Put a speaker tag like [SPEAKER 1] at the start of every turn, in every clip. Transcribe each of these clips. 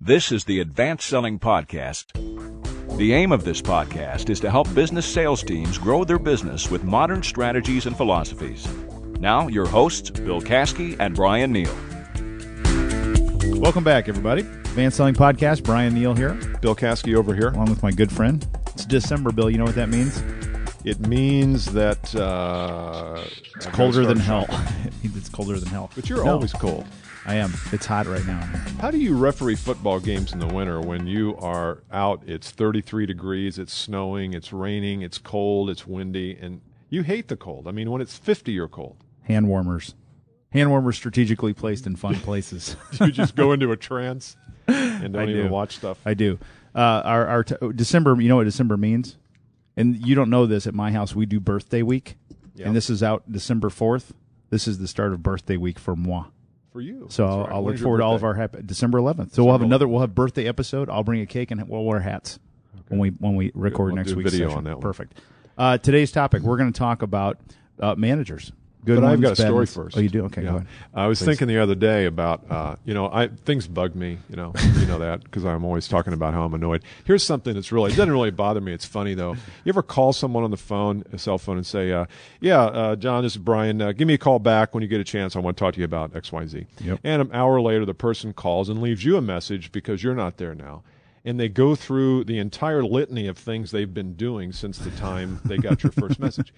[SPEAKER 1] This is the Advanced Selling Podcast. The aim of this podcast is to help business sales teams grow their business with modern strategies and philosophies. Now, your hosts, Bill Kasky and Brian Neal.
[SPEAKER 2] Welcome back, everybody. Advanced Selling Podcast. Brian Neal here,
[SPEAKER 3] Bill Kasky over here.
[SPEAKER 2] along with my good friend. It's December, Bill. You know what that means?
[SPEAKER 3] It means that uh, it's
[SPEAKER 2] Colder than hell. It means it's colder than hell.
[SPEAKER 3] But you're
[SPEAKER 2] No,
[SPEAKER 3] always cold.
[SPEAKER 2] I am. It's hot right now.
[SPEAKER 3] How do you referee football games in the winter when you are out? It's 33 degrees. It's snowing. It's raining. It's cold. It's windy, and you hate the cold. I mean, when it's 50, you're cold.
[SPEAKER 2] Hand warmers. Hand warmers strategically placed in fun places.
[SPEAKER 3] You just go into a trance and don't even
[SPEAKER 2] do.
[SPEAKER 3] watch stuff.
[SPEAKER 2] I do. Uh, our our t- December. You know what December means? And you don't know this at my house. We do birthday week,
[SPEAKER 3] Yeah.
[SPEAKER 2] and this is out December fourth. This is the start of birthday week for moi.
[SPEAKER 3] For
[SPEAKER 2] So
[SPEAKER 3] you, That's
[SPEAKER 2] I'll,
[SPEAKER 3] right.
[SPEAKER 2] I'll
[SPEAKER 3] When
[SPEAKER 2] look
[SPEAKER 3] is your
[SPEAKER 2] forward to all of
[SPEAKER 3] birthday?
[SPEAKER 2] our happy, December 11th. So we'll have another. We'll have birthday episode. I'll bring a cake and we'll wear hats when we when we record
[SPEAKER 3] We'll
[SPEAKER 2] next
[SPEAKER 3] do
[SPEAKER 2] week's
[SPEAKER 3] video
[SPEAKER 2] session.
[SPEAKER 3] on that one.
[SPEAKER 2] Perfect. Uh, today's topic. We're going to talk about uh, managers. Good.
[SPEAKER 3] But I've
[SPEAKER 2] ones,
[SPEAKER 3] got a
[SPEAKER 2] bad
[SPEAKER 3] story
[SPEAKER 2] ones.
[SPEAKER 3] first.
[SPEAKER 2] Oh, you do. Okay,
[SPEAKER 3] Yeah.
[SPEAKER 2] go ahead.
[SPEAKER 3] I was thinking the other day about uh, you know I things bug me you know you know that because I'm always talking about how I'm annoyed. Here's something that's really it doesn't really bother me. It's funny though. You ever call someone on the phone, a cell phone, and say, uh, "Yeah, uh, John, this is Brian. Uh, give me a call back when you get a chance. I want to talk to you about X, Y, Z."
[SPEAKER 2] Yep.
[SPEAKER 3] And an hour later, the person calls and leaves you a message because you're not there now. And they go through the entire litany of things they've been doing since the time they got your first message.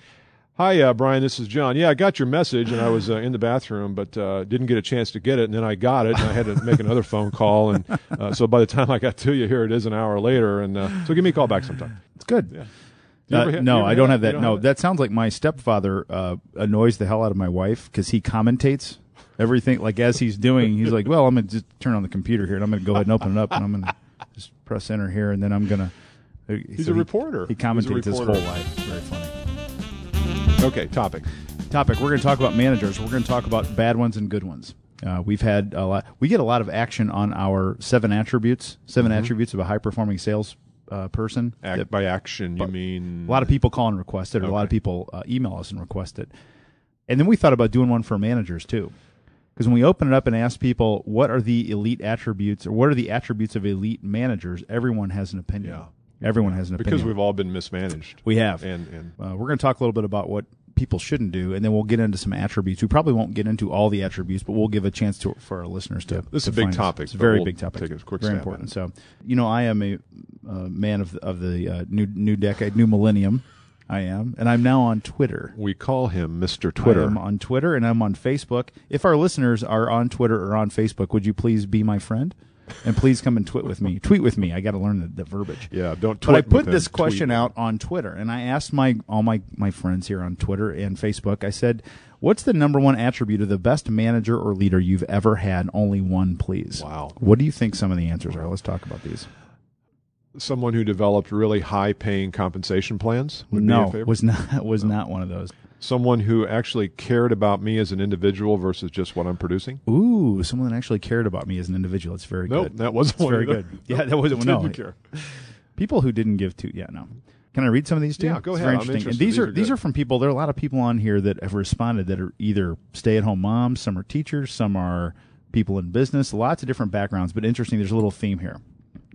[SPEAKER 3] Hi, uh, Brian. This is John. Yeah, I got your message, and I was uh, in the bathroom, but uh, didn't get a chance to get it. And then I got it, and I had to make another phone call. And uh, so by the time I got to you, here it is, an hour later. And uh, so give me a call back sometime.
[SPEAKER 2] It's good.
[SPEAKER 3] You
[SPEAKER 2] Uh,
[SPEAKER 3] ever ha- you
[SPEAKER 2] no,
[SPEAKER 3] ever
[SPEAKER 2] I don't
[SPEAKER 3] ha-
[SPEAKER 2] have
[SPEAKER 3] you
[SPEAKER 2] that.
[SPEAKER 3] don't
[SPEAKER 2] no,
[SPEAKER 3] have
[SPEAKER 2] that sounds like my stepfather uh, annoys the hell out of my wife because he commentates everything. Like as he's doing, he's like, "Well, I'm gonna just turn on the computer here, and I'm gonna go ahead and open it up, and I'm gonna just press enter here, and then I'm gonna." uh,
[SPEAKER 3] He's a reporter.
[SPEAKER 2] He
[SPEAKER 3] He's a
[SPEAKER 2] commentates his whole
[SPEAKER 3] reporter.
[SPEAKER 2] life. Very funny.
[SPEAKER 3] Okay, topic.
[SPEAKER 2] Topic: We're going to talk about managers. We're going to talk about bad ones and good ones. Uh, we've had a lot. We get a lot of action on our seven attributes. 7 attributes of a high-performing sales uh, person.
[SPEAKER 3] Act
[SPEAKER 2] that
[SPEAKER 3] by Mm-hmm. action, you mean
[SPEAKER 2] a lot of people call and request it, or a lot of people uh, email us and request it. And then we thought about doing one for managers too, because when we open it up and ask people what are the elite attributes or what are the attributes of elite managers, everyone has an opinion. Everyone has an
[SPEAKER 3] because
[SPEAKER 2] opinion.
[SPEAKER 3] we've all been mismanaged.
[SPEAKER 2] we have.
[SPEAKER 3] and and
[SPEAKER 2] Uh, we're going to talk a little bit about what people shouldn't do, and then we'll get into some attributes. We probably won't get into all the attributes, but we'll give a chance to for our listeners to.
[SPEAKER 3] This is
[SPEAKER 2] to
[SPEAKER 3] a big
[SPEAKER 2] find us.
[SPEAKER 3] topic,
[SPEAKER 2] It's a
[SPEAKER 3] but
[SPEAKER 2] very
[SPEAKER 3] we'll
[SPEAKER 2] big topic.
[SPEAKER 3] take a quick
[SPEAKER 2] very
[SPEAKER 3] stab at
[SPEAKER 2] important. So, you know, I am a uh, man of the, of the uh, new new decade, new millennium. I am, and I'm now on Twitter.
[SPEAKER 3] we call him Mr.
[SPEAKER 2] I
[SPEAKER 3] Twitter.
[SPEAKER 2] am on Twitter and I'm on Facebook. If our listeners are on Twitter or on Facebook, would you please be my friend? And please come and tweet with me. Tweet with me. I got to learn the, the verbiage.
[SPEAKER 3] Yeah, don't
[SPEAKER 2] But I
[SPEAKER 3] tweet with
[SPEAKER 2] put
[SPEAKER 3] them,
[SPEAKER 2] this
[SPEAKER 3] tweet.
[SPEAKER 2] question out on Twitter, and I asked my all my my friends here on Twitter and Facebook. I said, "What's the number one attribute of the best manager or leader you've ever had? Only one, please."
[SPEAKER 3] Wow.
[SPEAKER 2] What do you think some of the answers are? Let's talk about these.
[SPEAKER 3] Someone who developed really high-paying compensation plans would be
[SPEAKER 2] no,
[SPEAKER 3] your favorite.
[SPEAKER 2] was not was not one of those.
[SPEAKER 3] Someone who actually cared about me as an individual versus just what I'm producing.
[SPEAKER 2] Ooh, someone that actually cared about me as an individual. It's very
[SPEAKER 3] Nope,
[SPEAKER 2] good.
[SPEAKER 3] that wasn't
[SPEAKER 2] That's
[SPEAKER 3] one
[SPEAKER 2] very
[SPEAKER 3] either.
[SPEAKER 2] good. Yeah, that wasn't
[SPEAKER 3] Didn't
[SPEAKER 2] no.
[SPEAKER 3] care.
[SPEAKER 2] people who didn't give two. Yeah, no. Can I read some of these too?
[SPEAKER 3] Yeah, go
[SPEAKER 2] It's
[SPEAKER 3] ahead.
[SPEAKER 2] very
[SPEAKER 3] I'm
[SPEAKER 2] interesting. And
[SPEAKER 3] interested.
[SPEAKER 2] these,
[SPEAKER 3] These
[SPEAKER 2] are,
[SPEAKER 3] are
[SPEAKER 2] these
[SPEAKER 3] good.
[SPEAKER 2] are from people. There are a lot of people on here that have responded that are either stay-at-home moms, some are teachers, some are people in business. Lots of different backgrounds, but interesting. There's a little theme here.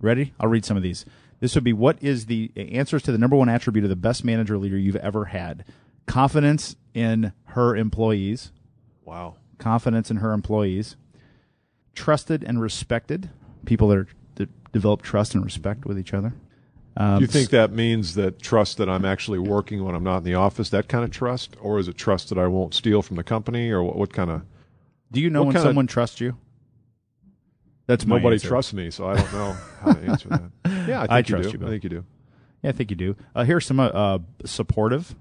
[SPEAKER 2] Ready? I'll read some of these. This would be what is the answers to the number one attribute of the best manager leader you've ever had? Confidence in her employees.
[SPEAKER 3] Wow.
[SPEAKER 2] Confidence in her employees. Trusted and respected. People that, are, that develop trust and respect with each other. Um,
[SPEAKER 3] Do you think that means that trust that I'm actually working when I'm not in the office, that kind of trust, or is it trust that I won't steal from the company, or what, what kind of?
[SPEAKER 2] Do you know
[SPEAKER 3] What
[SPEAKER 2] when
[SPEAKER 3] kinda-
[SPEAKER 2] someone trusts you? That's my
[SPEAKER 3] Nobody
[SPEAKER 2] answer.
[SPEAKER 3] trusts me, so I don't know how to answer that. Yeah, I think
[SPEAKER 2] I
[SPEAKER 3] you
[SPEAKER 2] trust
[SPEAKER 3] do.
[SPEAKER 2] you, Bill.
[SPEAKER 3] I think you do.
[SPEAKER 2] Yeah, I think you do. Uh, here's some uh, uh, supportive.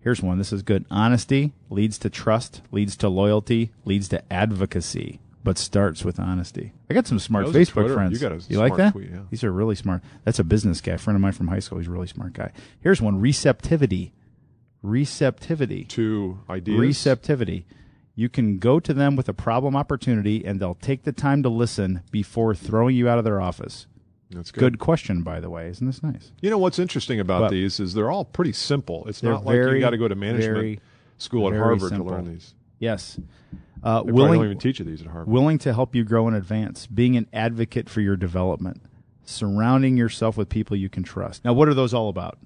[SPEAKER 2] Here's one. This is good. Honesty leads to trust, leads to loyalty, leads to advocacy, but starts with honesty. I got some smart
[SPEAKER 3] Those are
[SPEAKER 2] Facebook
[SPEAKER 3] Twitter.
[SPEAKER 2] friends.
[SPEAKER 3] You got a
[SPEAKER 2] like
[SPEAKER 3] smart
[SPEAKER 2] that?
[SPEAKER 3] tweet, yeah.
[SPEAKER 2] These are really smart. That's a business guy, friend of mine from high school. He's a really smart guy. Here's one. Receptivity. Receptivity.
[SPEAKER 3] Two ideas.
[SPEAKER 2] receptivity. You can go to them with a problem opportunity and they'll take the time to listen before throwing you out of their office.
[SPEAKER 3] That's good.
[SPEAKER 2] Good question, by the way. Isn't this nice?
[SPEAKER 3] You know what's interesting about
[SPEAKER 2] But-
[SPEAKER 3] these is they're all pretty simple. It's
[SPEAKER 2] They're
[SPEAKER 3] not like
[SPEAKER 2] very,
[SPEAKER 3] you got to go to management
[SPEAKER 2] very,
[SPEAKER 3] school at
[SPEAKER 2] very
[SPEAKER 3] Harvard
[SPEAKER 2] simple.
[SPEAKER 3] to learn these.
[SPEAKER 2] Yes. Uh,
[SPEAKER 3] They probably don't
[SPEAKER 2] willing,
[SPEAKER 3] even teach you these at Harvard.
[SPEAKER 2] willing to help you grow and advance, being an advocate for your development, surrounding yourself with people you can trust. Now, what are those all about?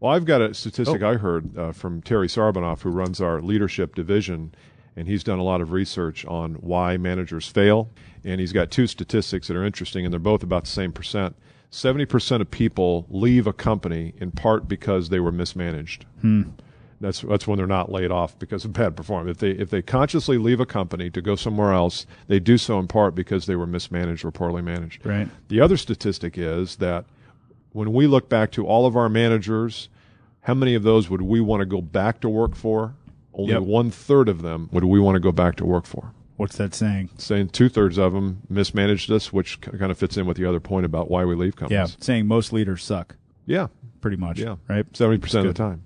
[SPEAKER 3] Well, I've got a statistic I heard uh, from Terry Sarbonoff, who runs our leadership division, and he's done a lot of research on why managers fail. And he's got two statistics that are interesting, and they're both about the same percent. 70% of people leave a company in part because they were mismanaged. That's that's when they're not laid off because of bad performance. If they if they consciously leave a company to go somewhere else, they do so in part because they were mismanaged or poorly managed.
[SPEAKER 2] Right.
[SPEAKER 3] The other statistic is that when we look back to all of our managers, how many of those would we want to go back to work for? Only
[SPEAKER 2] Yep.
[SPEAKER 3] one third of them would we want to go back to work for.
[SPEAKER 2] What's that saying?
[SPEAKER 3] Saying two thirds of them mismanaged us, which k- kind of fits in with the other point about why we leave
[SPEAKER 2] Yeah,
[SPEAKER 3] companies.
[SPEAKER 2] saying most leaders suck,
[SPEAKER 3] Yeah.
[SPEAKER 2] pretty much.
[SPEAKER 3] Yeah.
[SPEAKER 2] Right.
[SPEAKER 3] Seventy percent of the time.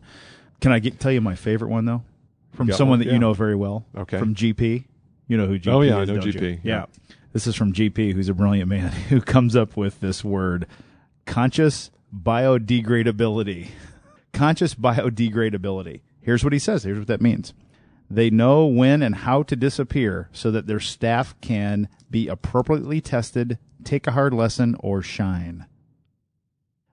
[SPEAKER 2] Can I get, tell you my favorite one though, from
[SPEAKER 3] got
[SPEAKER 2] someone
[SPEAKER 3] one?
[SPEAKER 2] that
[SPEAKER 3] Yeah.
[SPEAKER 2] you know very well?
[SPEAKER 3] Okay.
[SPEAKER 2] From GP, you know who GP?
[SPEAKER 3] Oh, yeah, I
[SPEAKER 2] is,
[SPEAKER 3] know
[SPEAKER 2] don't you?
[SPEAKER 3] GP, yeah.
[SPEAKER 2] Yeah. This is from GP, who's a brilliant man who comes up with this word, conscious biodegradability. Conscious biodegradability. Here's what he says. Here's what that means. They know when and how to disappear so that their staff can be appropriately tested, take a hard lesson, or shine.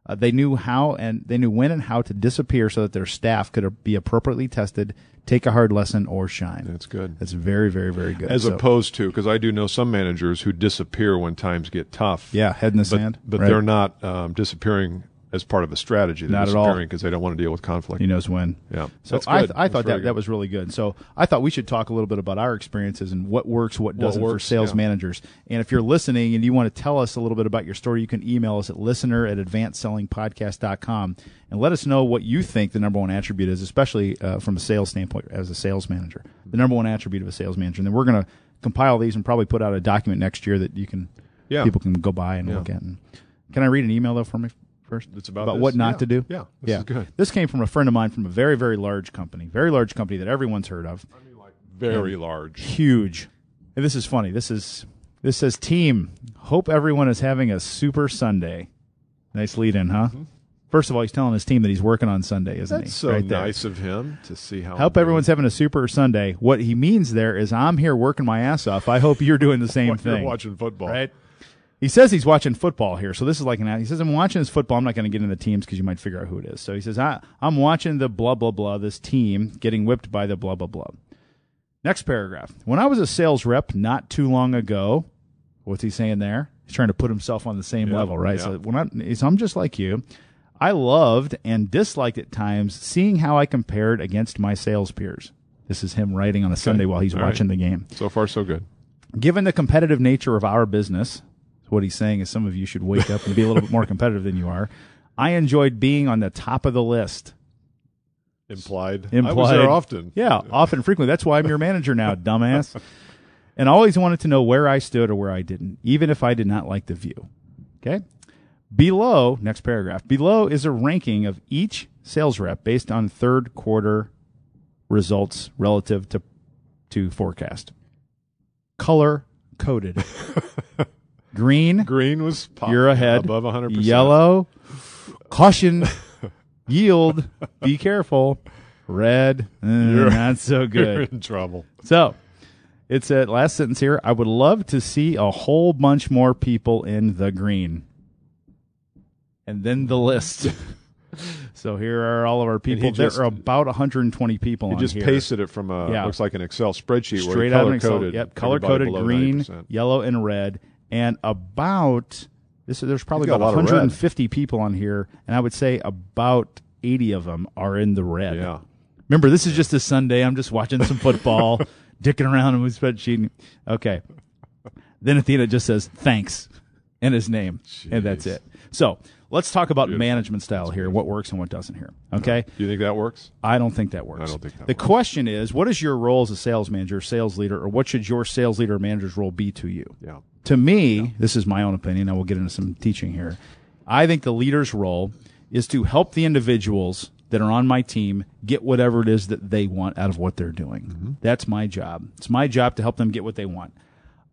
[SPEAKER 2] Uh, they knew how and they knew when and how to disappear so that their staff could uh, be appropriately tested, take a hard lesson, or shine.
[SPEAKER 3] That's good.
[SPEAKER 2] That's very, very, very good.
[SPEAKER 3] As
[SPEAKER 2] So,
[SPEAKER 3] opposed to, because I do know some managers who disappear when times get tough.
[SPEAKER 2] yeah, head in the
[SPEAKER 3] but,
[SPEAKER 2] sand.
[SPEAKER 3] but
[SPEAKER 2] right?
[SPEAKER 3] they're not um, disappearing as part of a strategy. They're
[SPEAKER 2] Not at all.
[SPEAKER 3] disappearing because they don't want to deal with conflict.
[SPEAKER 2] He knows when.
[SPEAKER 3] Yeah.
[SPEAKER 2] So
[SPEAKER 3] That's
[SPEAKER 2] I,
[SPEAKER 3] good.
[SPEAKER 2] I
[SPEAKER 3] That's
[SPEAKER 2] thought
[SPEAKER 3] very
[SPEAKER 2] that,
[SPEAKER 3] good.
[SPEAKER 2] that was really good. So I thought we should talk a little bit about our experiences and what works, what doesn't for
[SPEAKER 3] works,
[SPEAKER 2] sales
[SPEAKER 3] yeah.
[SPEAKER 2] managers. And if you're listening and you want to tell us a little bit about your story, you can email us at listener at advancedsellingpodcast.com and let us know what you think the number one attribute is, especially uh, from a sales standpoint as a sales manager. The number one attribute of a sales manager. And then we're going to compile these and probably put out a document next year that you can
[SPEAKER 3] Yeah.
[SPEAKER 2] people can go by and look at. And can I read an email though for me first?
[SPEAKER 3] It's about
[SPEAKER 2] about
[SPEAKER 3] this.
[SPEAKER 2] what not
[SPEAKER 3] Yeah.
[SPEAKER 2] to do.
[SPEAKER 3] Yeah. This is good.
[SPEAKER 2] This came from a friend of mine from a very, very large company, very large company that everyone's heard of,
[SPEAKER 3] Very large.
[SPEAKER 2] huge. And this is funny. This is this says team. Hope everyone is having a super Sunday. Nice lead in, huh? First of all, he's telling his team that he's working on Sunday, isn't
[SPEAKER 3] Mm-hmm. That's
[SPEAKER 2] he?
[SPEAKER 3] so
[SPEAKER 2] Right there.
[SPEAKER 3] nice of him to see how.
[SPEAKER 2] Hope everyone's having a super Sunday. What he means there is, I'm here working my ass off. I hope you're doing the same
[SPEAKER 3] You're
[SPEAKER 2] thing.
[SPEAKER 3] watching football,
[SPEAKER 2] Right. He says he's watching football here. So this is like an he says I'm watching his football. I'm not going to get into the teams because you might figure out who it is. So he says I I'm watching the blah blah blah this team getting whipped by the blah blah blah. Next paragraph. When I was a sales rep not too long ago, what's he saying there? He's trying to put himself on the same level, right?
[SPEAKER 3] yeah.
[SPEAKER 2] So when I so I'm just like you. I loved and disliked at times seeing how I compared against my sales peers. This is him writing on a Sunday while he's
[SPEAKER 3] All right.
[SPEAKER 2] watching the game
[SPEAKER 3] So far, so good.
[SPEAKER 2] given the competitive nature of our business, what he's saying is some of you should wake up and be a little bit more competitive than you are. I enjoyed being on the top of the list.
[SPEAKER 3] Implied. I was
[SPEAKER 2] Implied.
[SPEAKER 3] there often.
[SPEAKER 2] Yeah, often, frequently. That's why I'm your manager now, dumbass. And I always wanted to know where I stood or where I didn't, even if I did not like the view. Okay. Below, next paragraph, below is a ranking of each sales rep based on third quarter results relative to, to forecast. Color coded. Green,
[SPEAKER 3] Green was pop,
[SPEAKER 2] you're ahead.
[SPEAKER 3] above 100. percent
[SPEAKER 2] Yellow, caution, yield, be careful. Red, eh, not so
[SPEAKER 3] You're
[SPEAKER 2] good.
[SPEAKER 3] in trouble.
[SPEAKER 2] So it said last sentence here. I would love to see a whole bunch more people in the green, and then the list. so here are all of our people. There
[SPEAKER 3] just-
[SPEAKER 2] are about 120 people.
[SPEAKER 3] He
[SPEAKER 2] on
[SPEAKER 3] just
[SPEAKER 2] here.
[SPEAKER 3] pasted it from a
[SPEAKER 2] Yeah.
[SPEAKER 3] looks like an Excel spreadsheet where he
[SPEAKER 2] straight out of
[SPEAKER 3] color
[SPEAKER 2] an Excel.
[SPEAKER 3] coded.
[SPEAKER 2] Yep, color coded green,
[SPEAKER 3] 90%.
[SPEAKER 2] yellow, and red, and about this. There's probably
[SPEAKER 3] You've got
[SPEAKER 2] about
[SPEAKER 3] a lot of red.
[SPEAKER 2] 150 people on here, and I would say about 80 of them are in the red.
[SPEAKER 3] Yeah.
[SPEAKER 2] Remember, this is just a Sunday. I'm just watching some football, dicking around in my spreadsheet. Okay. Then at the end, it just says thanks and his name, and that's
[SPEAKER 3] Jeez.
[SPEAKER 2] it. So let's talk about management style here, what works and what doesn't here. Okay.
[SPEAKER 3] Do you think that works?
[SPEAKER 2] I don't think that works.
[SPEAKER 3] I don't think that
[SPEAKER 2] the
[SPEAKER 3] works.
[SPEAKER 2] question is, what is your role as a sales manager, sales leader, or what should your sales leader or manager's role be to you?
[SPEAKER 3] Yeah.
[SPEAKER 2] To me, this is my own opinion. I will get into some teaching here. I think the leader's role is to help the individuals that are on my team get whatever it is that they want out of what they're doing. That's my job. It's my job to help them get what they want.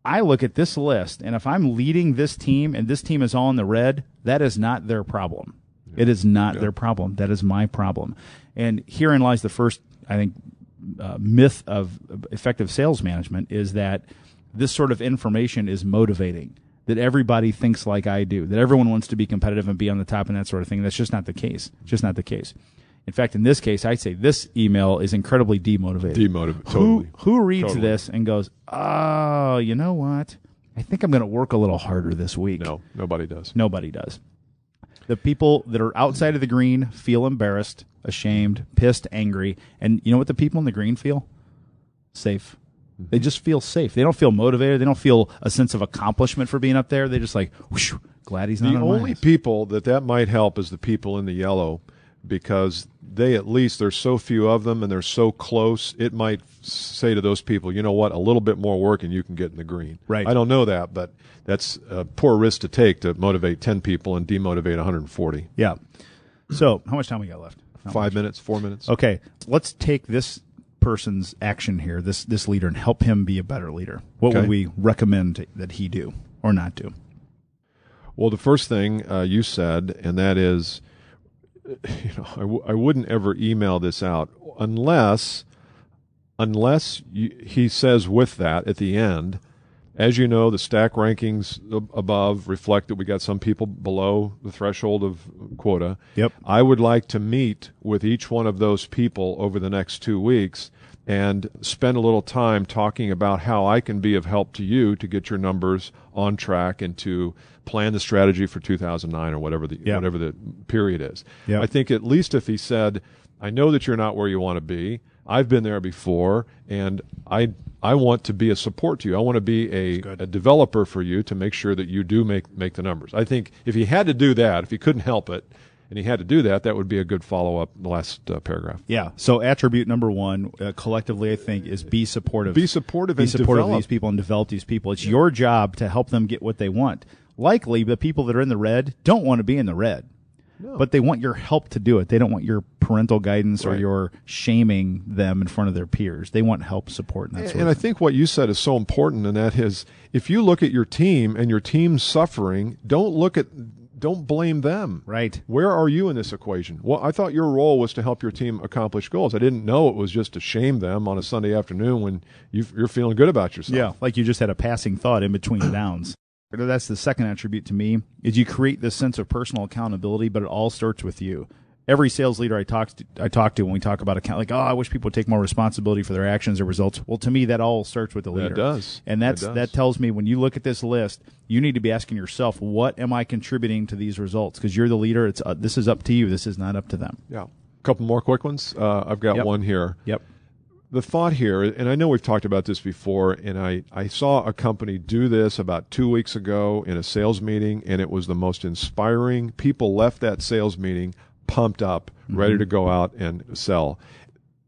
[SPEAKER 2] I look at this list, and if I'm leading this team and this team is all in the red, that is not their problem. It is not their problem. That is my problem. And herein lies the first, I think, uh, myth of effective sales management is that this sort of information is motivating. That everybody thinks like I do. That everyone wants to be competitive and be on the top and that sort of thing. That's just not the case. Just not the case. In fact, in this case, I'd say this email is incredibly demotivating.
[SPEAKER 3] Demotiv-
[SPEAKER 2] Who
[SPEAKER 3] totally.
[SPEAKER 2] who reads
[SPEAKER 3] Totally.
[SPEAKER 2] this and goes, "Oh, you know what? I think I'm going to work a little harder this week."
[SPEAKER 3] No, nobody does.
[SPEAKER 2] Nobody does. The people that are outside of the green feel embarrassed, ashamed, pissed, angry. And you know what the people in the green feel? Safe. They just feel safe. They don't feel motivated. They don't feel a sense of accomplishment for being up there. They just like, whoosh, glad he's not
[SPEAKER 3] The
[SPEAKER 2] on my
[SPEAKER 3] only
[SPEAKER 2] ass."
[SPEAKER 3] people that that might help is the people in the yellow because they at least there's so few of them and they're so close it might say to those people you know what a little bit more work and you can get in the green
[SPEAKER 2] Right.
[SPEAKER 3] i don't know that but that's a poor risk to take to motivate 10 people and demotivate 140
[SPEAKER 2] Yeah. So, how much time we got left? Not
[SPEAKER 3] five minutes four minutes
[SPEAKER 2] Okay, let's take this person's action here, this this leader, and help him be a better leader. What
[SPEAKER 3] Okay.
[SPEAKER 2] would we recommend that he do or not do?
[SPEAKER 3] Well, the first thing uh, you said, and that is, you know, I, w- I wouldn't ever email this out unless, unless you, he says with that at the end, as you know, the stack rankings ab- above reflect that we got some people below the threshold of quota.
[SPEAKER 2] Yep.
[SPEAKER 3] I would like to meet with each one of those people over the next two weeks and spend a little time talking about how I can be of help to you to get your numbers on track and to plan the strategy for 2009 or whatever the
[SPEAKER 2] Yeah.
[SPEAKER 3] whatever the period is.
[SPEAKER 2] Yeah.
[SPEAKER 3] I think at least if he said, "I know that you're not where you want to be. I've been there before, and I I want to be a support to you. I want to be a, a developer for you to make sure that you do make make the numbers." I think if he had to do that, if he couldn't help it, and he had to do that, that would be a good follow up. Last uh, paragraph.
[SPEAKER 2] Yeah. So attribute number one, uh, collectively, I think, is be supportive.
[SPEAKER 3] Be supportive
[SPEAKER 2] Be
[SPEAKER 3] and
[SPEAKER 2] supportive of
[SPEAKER 3] develop.
[SPEAKER 2] these people and develop these people. It's your job to help them get what they want. Likely, the people that are in the red don't want to be in the red, but they want your help to do it. They don't want your parental guidance or
[SPEAKER 3] Right.
[SPEAKER 2] your shaming them in front of their peers. They want help, support, and that sort of
[SPEAKER 3] and I think what you said is so important, and that is if you look at your team and your team's suffering, don't look at don't blame them.
[SPEAKER 2] Right.
[SPEAKER 3] Where are you in this equation? Well, I thought your role was to help your team accomplish goals. I didn't know it was just to shame them on a Sunday afternoon when you you're feeling good about yourself.
[SPEAKER 2] Yeah, like you just had a passing thought in between downs. That's the second attribute to me is you create this sense of personal accountability, but it all starts with you. Every sales leader I talk to, I talk to when we talk about account, like, oh, I wish people would take more responsibility for their actions or results. Well, to me, that all starts with the leader.
[SPEAKER 3] does.
[SPEAKER 2] and
[SPEAKER 3] That
[SPEAKER 2] that's
[SPEAKER 3] does.
[SPEAKER 2] that tells me when you look at this list, you need to be asking yourself, what am I contributing to these results? Because you're the leader. It's uh, this is up to you. This is not up to them.
[SPEAKER 3] Yeah. A couple more quick ones. Uh, I've got
[SPEAKER 2] Yep.
[SPEAKER 3] one here.
[SPEAKER 2] Yep.
[SPEAKER 3] the thought here, and I know we've talked about this before, and I, I saw a company do this about two weeks ago in a sales meeting, and it was the most inspiring. People left that sales meeting pumped up,
[SPEAKER 2] Mm-hmm.
[SPEAKER 3] ready to go out and sell.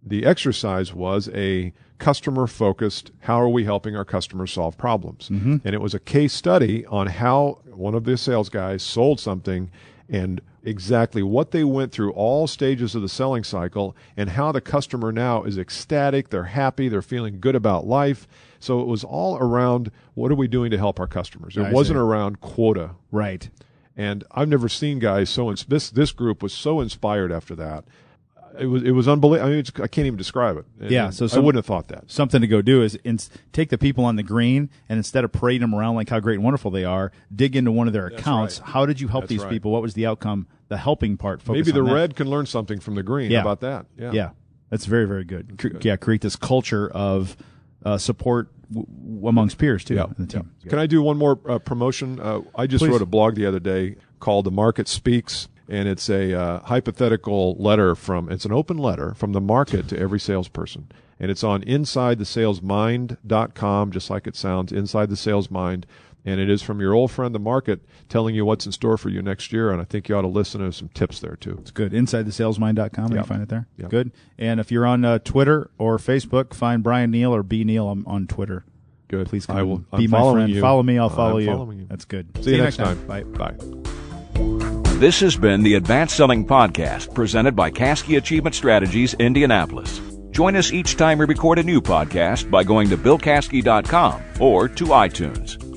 [SPEAKER 3] The exercise was a customer focused how are we helping our customers solve problems?
[SPEAKER 2] Mm-hmm.
[SPEAKER 3] And it was a case study on how one of the sales guys sold something and exactly what they went through all stages of the selling cycle and how the customer now is ecstatic, they're happy, they're feeling good about life. So it was all around what are we doing to help our customers? It
[SPEAKER 2] I see.
[SPEAKER 3] wasn't around quota
[SPEAKER 2] Right.
[SPEAKER 3] and I've never seen guys so ins- this this group was so inspired after that. It was it was unbelievable. I mean, it's, I can't even describe it. And
[SPEAKER 2] Yeah, so
[SPEAKER 3] I
[SPEAKER 2] some-
[SPEAKER 3] wouldn't have thought that.
[SPEAKER 2] something to go do is ins take the people on the green and instead of parading them around like how great and wonderful they are, dig into one of their accounts. How did you help these
[SPEAKER 3] right.
[SPEAKER 2] people? What was the outcome? The helping part. Focus
[SPEAKER 3] Maybe the
[SPEAKER 2] on that.
[SPEAKER 3] red can learn something from the green
[SPEAKER 2] Yeah.
[SPEAKER 3] about that. Yeah.
[SPEAKER 2] Yeah, that's very very good. Cre- yeah, create this culture of uh, support w- w- amongst peers too. in the team.
[SPEAKER 3] Can I do one more uh, promotion? Uh, I just
[SPEAKER 2] Please.
[SPEAKER 3] wrote a blog the other day called "The Market Speaks." And it's a uh, hypothetical letter from, it's an open letter from the market to every salesperson. And it's on insidethesalesmind.com, just like it sounds, inside the sales mind. And it is from your old friend, the market, telling you what's in store for you next year. And I think you ought to listen to some tips there, too.
[SPEAKER 2] It's good. InsideTheSalesMind.com. You find it there.
[SPEAKER 3] Yep.
[SPEAKER 2] Good. And if you're on uh, Twitter or Facebook, find Brian Neal or B Neal on, on Twitter.
[SPEAKER 3] Good.
[SPEAKER 2] Please come
[SPEAKER 3] I will-
[SPEAKER 2] be
[SPEAKER 3] I'm
[SPEAKER 2] my
[SPEAKER 3] following
[SPEAKER 2] friend.
[SPEAKER 3] you.
[SPEAKER 2] Follow me. I'll
[SPEAKER 3] I'm
[SPEAKER 2] follow you.
[SPEAKER 3] following you.
[SPEAKER 2] That's good.
[SPEAKER 3] See you next time.
[SPEAKER 2] Bye.
[SPEAKER 3] Bye.
[SPEAKER 1] This has been the Advanced Selling Podcast presented by Caskey Achievement Strategies, Indianapolis. Join us each time we record a new podcast by going to BillCaskey.com or to iTunes.